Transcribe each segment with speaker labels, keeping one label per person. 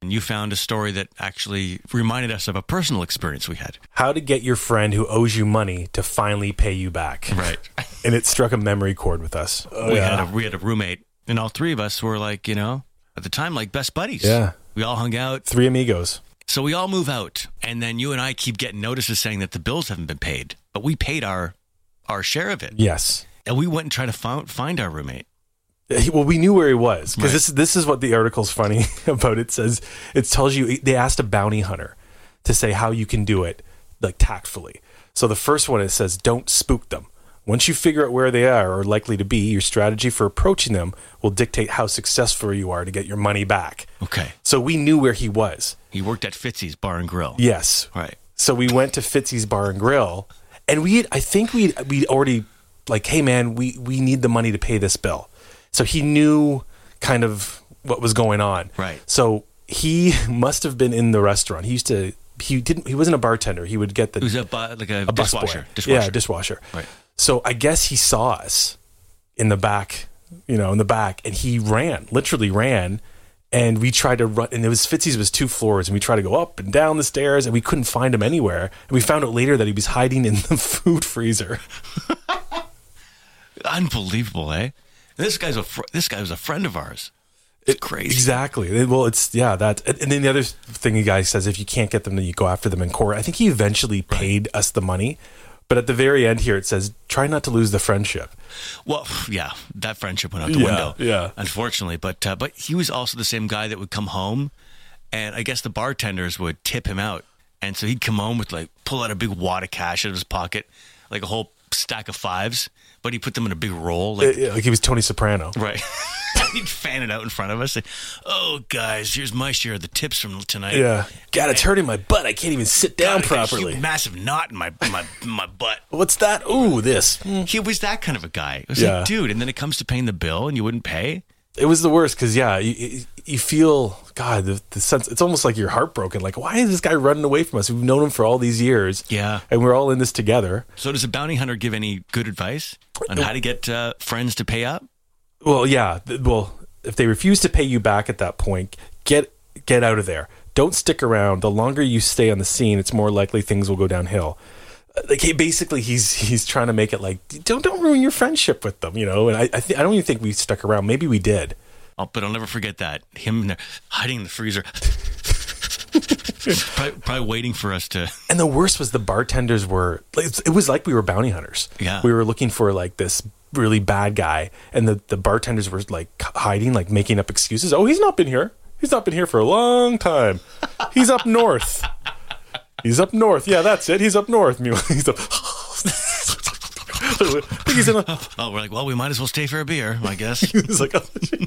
Speaker 1: you found a story that actually reminded us of a personal experience we had.
Speaker 2: How to get your friend who owes you money to finally pay you back.
Speaker 1: Right. Oh,
Speaker 2: And it struck a memory chord with us.
Speaker 1: we had a we had a roommate, and all three of us were like, you know, at the time, like best buddies.
Speaker 2: Yeah.
Speaker 1: We all hung out.
Speaker 2: Three amigos.
Speaker 1: So we all move out, and then you and I keep getting notices saying that the bills haven't been paid, but we paid our our share of it,
Speaker 2: Yes.
Speaker 1: and we went and tried to find find our roommate.
Speaker 2: He- Well, we knew where he was because
Speaker 1: Right.
Speaker 2: this this is what the article's funny about. It says it tells you they asked a bounty hunter to say how you can do it like tactfully. So the first one it says don't spook them. Once you figure out where they are or likely to be, your strategy for approaching them will dictate how successful you are to get your money back.
Speaker 1: Okay,
Speaker 2: So we knew where he was.
Speaker 1: he worked at Fitzy's Bar and Grill.
Speaker 2: Yes.
Speaker 1: Right.
Speaker 2: So we went to Fitzy's Bar and Grill, and we had, I think we we already like, hey man, we we need the money to pay this bill. So he knew kind of what was going on.
Speaker 1: Right.
Speaker 2: So he must have been in the restaurant. He used to he didn't he wasn't a bartender. He would get the
Speaker 1: It was a bu- like a,
Speaker 2: a busboy.
Speaker 1: dishwasher. Dishwasher.
Speaker 2: Yeah, dishwasher.
Speaker 1: Right.
Speaker 2: So I guess he saw us in the back, you know, in the back, and he ran, literally ran. And we tried to run, and it was Fitzy's was two floors, and we tried to go up and down the stairs, and we couldn't find him anywhere. And we found out later that he was hiding in the food freezer.
Speaker 1: Unbelievable, eh? And this guy's a fr- this guy was a friend of ours. It's crazy.
Speaker 2: Exactly. Well, it's yeah. That and then the other thing the guy says, if you can't get them, then you go after them in court. I think he eventually paid us the money, but at the very end here it says, try not to lose the friendship.
Speaker 1: Well, yeah, that friendship went out the
Speaker 2: Yeah,
Speaker 1: window.
Speaker 2: yeah.
Speaker 1: unfortunately, but uh, but he was also the same guy that would come home, and I guess the bartenders would tip him out, and so he'd come home with like pull out a big wad of cash out of his pocket, like a whole stack of fives, but he put them in a big roll, like
Speaker 2: Uh, like he was Tony Soprano.
Speaker 1: right. He'd fan it out in front of us. Like, oh, guys, here's my share of the tips from tonight.
Speaker 2: Yeah. God, it's hurting my butt. I can't even sit down
Speaker 1: Got a huge massive knot in my my my butt.
Speaker 2: What's that? Ooh, this. Mm.
Speaker 1: He was that kind of a guy. It was
Speaker 2: Yeah.
Speaker 1: like, dude, and then it comes to paying the bill, and you wouldn't pay.
Speaker 2: It was the worst because yeah, you- you, you feel God the, the sense. It's almost like you're heartbroken. Like, why is this guy running away from us? We've known him for all these years.
Speaker 1: Yeah.
Speaker 2: and we're all in this together.
Speaker 1: So does a bounty hunter give any good advice on how to get uh, friends to pay up?
Speaker 2: Well, yeah. th- Well, if they refuse to pay you back at that point, get get out of there. Don't stick around. The longer you stay on the scene, it's more likely things will go downhill. Uh, Like he, basically, he's he's trying to make it like don't don't ruin your friendship with them, you know. And I I, th- I don't even think we stuck around. Maybe we did.
Speaker 1: Oh, but I'll never forget that him in there hiding in the freezer, probably, probably waiting for us to.
Speaker 2: And the worst was the bartenders were like, it's- it was like we were bounty hunters.
Speaker 1: Yeah.
Speaker 2: We were looking for like this really bad guy and the, the bartenders were like hiding, like making up excuses. Oh, he's not been here. He's not been here for a long time. He's up north. He's up north. Yeah, that's it. He's up north. Meanwhile, He's up. I think he's in a.
Speaker 1: Oh, we're like, well, we might as well stay for a beer, I guess.
Speaker 2: He's like, oh, shit.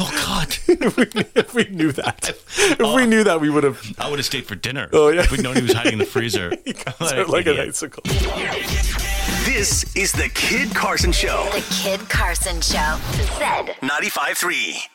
Speaker 1: oh God,
Speaker 2: if, we, if we knew that, if
Speaker 1: Oh.
Speaker 2: we knew that, we would have.
Speaker 1: I would have stayed for dinner.
Speaker 2: Oh, yeah.
Speaker 1: if we'd known he was hiding in the freezer. What an
Speaker 2: like an
Speaker 1: idiot.
Speaker 2: icicle.
Speaker 3: This is the Kid Carson Show,
Speaker 4: The Kid Carson Show. Zed.
Speaker 3: 95.3.